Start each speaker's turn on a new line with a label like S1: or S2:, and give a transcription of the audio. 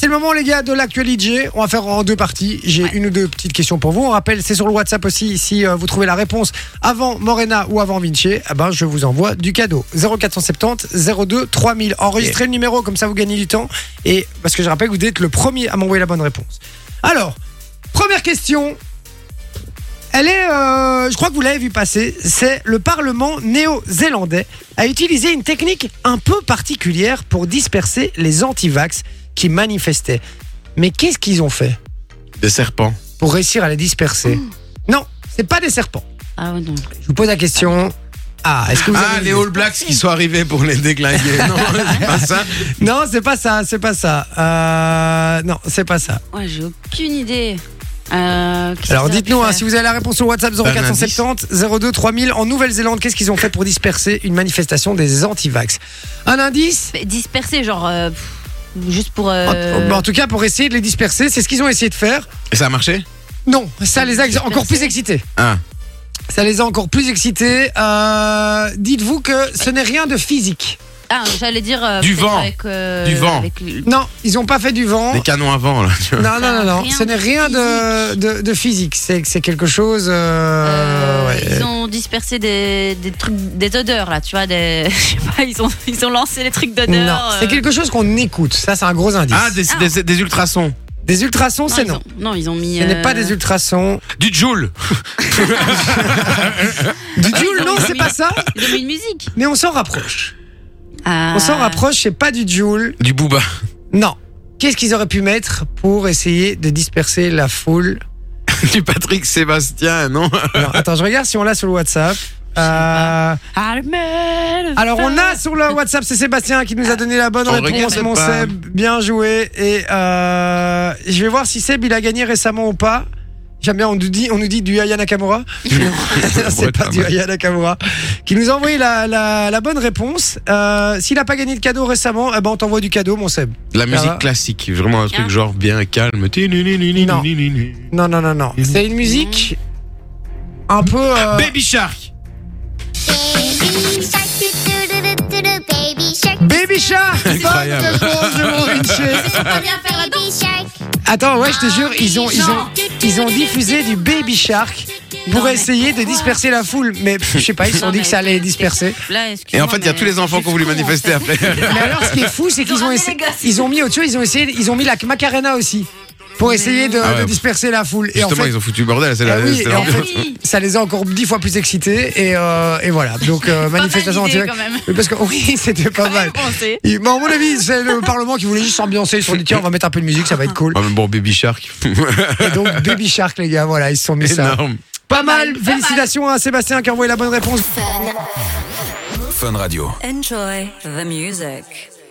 S1: C'est le moment, les gars, de l'actualité. On va faire en deux parties. J'ai une ou deux petites questions pour vous. On rappelle, c'est sur le WhatsApp aussi. Si euh, vous trouvez la réponse avant Morena ou avant Vinci, eh ben, je vous envoie du cadeau. 0470 02 3000. Enregistrez le numéro, comme ça vous gagnez du temps. Et parce que je rappelle que vous êtes le premier à m'envoyer la bonne réponse. Alors, première question. Elle est, euh, je crois que vous l'avez vu passer, c'est le Parlement néo-zélandais a utilisé une technique un peu particulière pour disperser les anti-vax qui manifestaient. Mais qu'est-ce qu'ils ont fait
S2: Des serpents.
S1: pour réussir à les disperser Non, c'est pas des serpents.
S3: Ah ouais, non.
S1: Je vous pose la question. Ah, est-ce que vous
S2: Ah,
S1: avez-
S2: les All Blacks qui sont arrivés pour les déglinguer. non, c'est pas ça.
S1: Non, c'est pas ça, c'est pas ça. Euh, non, c'est pas ça.
S3: Ouais, j'ai aucune idée. Euh, qu'est-ce
S1: Alors
S3: qu'ils auraient
S1: dites-nous
S3: pu
S1: hein,
S3: faire
S1: si vous avez la réponse au WhatsApp
S2: un
S1: 0470 02 3000 en Nouvelle-Zélande, qu'est-ce qu'ils ont fait pour disperser une manifestation des anti-vax Un indice
S3: Mais Disperser, genre. euh, pff, juste pour. euh,
S2: Oh,
S1: bah, En- En tout cas, pour essayer de les disperser, c'est ce qu'ils ont essayé de faire.
S2: Et ça a marché
S1: Non, ça les a ex-
S3: Disperser.
S1: encore plus excités.
S2: Ah,
S1: Ça les a encore plus excités. Euh, dites-vous que ce n'est rien de physique.
S3: Ah, j'allais dire. euh,
S2: Du
S3: peut-être
S2: vent.
S3: Avec, euh,
S2: Du vent.
S3: avec le-
S1: Non, ils n'ont pas fait du vent.
S2: des canons avant, là. tu vois.
S1: Non, non, non, non.
S3: Rien
S1: ce n'est
S3: de
S1: rien de, de, de physique. C'est c'est quelque chose. euh,
S3: euh,
S1: ouais.
S3: Ils ont dispersé des, des trucs, des odeurs là, tu vois, des, je sais pas, ils ont, ils ont lancé les trucs d'odeur.
S1: Non, c'est
S3: euh.
S1: quelque chose qu'on écoute. Ça, c'est un gros indice.
S2: Ah, des, des- des ultrasons.
S1: Des ultrasons, c'est
S3: ils
S1: non.
S3: ont- non, ils ont mis.
S1: Ce n'est
S3: euh,
S1: pas des ultrasons.
S2: Du Joule.
S1: Du
S3: Ah,
S1: Joule,
S3: ils
S1: non,
S3: ont
S1: c'est
S3: mis-
S1: pas ça.
S3: Ils ont mis une musique.
S1: Mais on s'en rapproche.
S3: Ah.
S1: On s'en rapproche, c'est pas du Joule.
S2: Du Booba.
S1: Non. Qu'est-ce qu'ils auraient pu mettre pour essayer de disperser la foule
S2: Du Patrick Sébastien, non
S1: Alors, Attends, je regarde si on l'a sur le WhatsApp. Euh,
S3: Armel.
S1: alors on a sur le WhatsApp, c'est Sébastien qui nous a donné la bonne
S2: On
S1: réponse,
S2: regarde
S1: mon
S2: pas.
S1: Seb. Bien joué. Et euh, je vais voir si Seb il a gagné récemment ou pas. J'aime bien, on nous dit, on nous dit du Aya Nakamura.
S2: Ça pourrait
S1: c'est
S2: être
S1: pas
S2: pas
S1: du
S2: mal.
S1: Aya Nakamura. Qui nous a envoyé la, la, la bonne réponse. Euh, S'il a pas gagné de cadeau récemment, eh ben on t'envoie du cadeau, mon Seb.
S2: De la
S1: Ça va
S2: musique classique. Vraiment un truc
S3: Ah.
S2: genre bien calme.
S1: Non. Non, non, non, non. C'est une musique un peu. euh,
S2: Ah, Baby Shark.
S4: Baby shark, do do do do do, baby shark.
S1: Baby Shark Bonne
S2: Incroyable.
S1: réponse de mon Vinci.
S4: Baby shark.
S1: Attends, ouais, je te jure, ils ont, ils ont, ils ont diffusé du Baby Shark pour
S3: Non, mais
S1: essayer de
S3: pourquoi
S1: disperser la foule. Mais pff, je sais pas, ils se sont
S3: Non,
S1: dit que
S3: mais
S1: ça allait les
S3: t'es-
S1: disperser.
S3: Là,
S2: Et
S3: excuse-moi,
S2: en fait, il y a
S3: mais
S2: tous les enfants
S3: c'est
S2: qui ont voulu
S3: fou, en
S2: manifester
S3: fait.
S2: après.
S1: Mais alors, ce qui est fou, c'est qu'ils ont essayé, ils ont mis au-dessus, ils ont essayé, ils ont mis la Macarena aussi pour essayer de,
S2: Ah ouais.
S1: de disperser la foule. Et en
S2: Justement,
S1: fait,
S2: ils ont foutu le bordel. C'est la-
S1: Ah oui,
S2: c'est
S1: et
S2: la-
S1: en fait-
S3: Oui.
S1: ça les a encore dix fois plus excités et, euh, et voilà. Donc euh,
S3: Pas mal
S1: manifestation
S3: d'idées,
S1: anti
S3: quand même.
S1: Parce que oui, c'était pas
S3: Quand même
S1: mal.
S3: pensé.
S1: Il- Mais à mon avis, c'est le Parlement qui voulait juste s'ambiancer. Ils se sont dit tiens, on va mettre un peu de musique, ça va être cool.
S2: Ah, mais bon, Baby Shark.
S1: Et donc Baby Shark, les gars, voilà, ils se sont mis ça.
S2: Énorme.
S1: Pas mal, félicitations à Sébastien qui a envoyé la bonne réponse.
S5: Enjoy the music.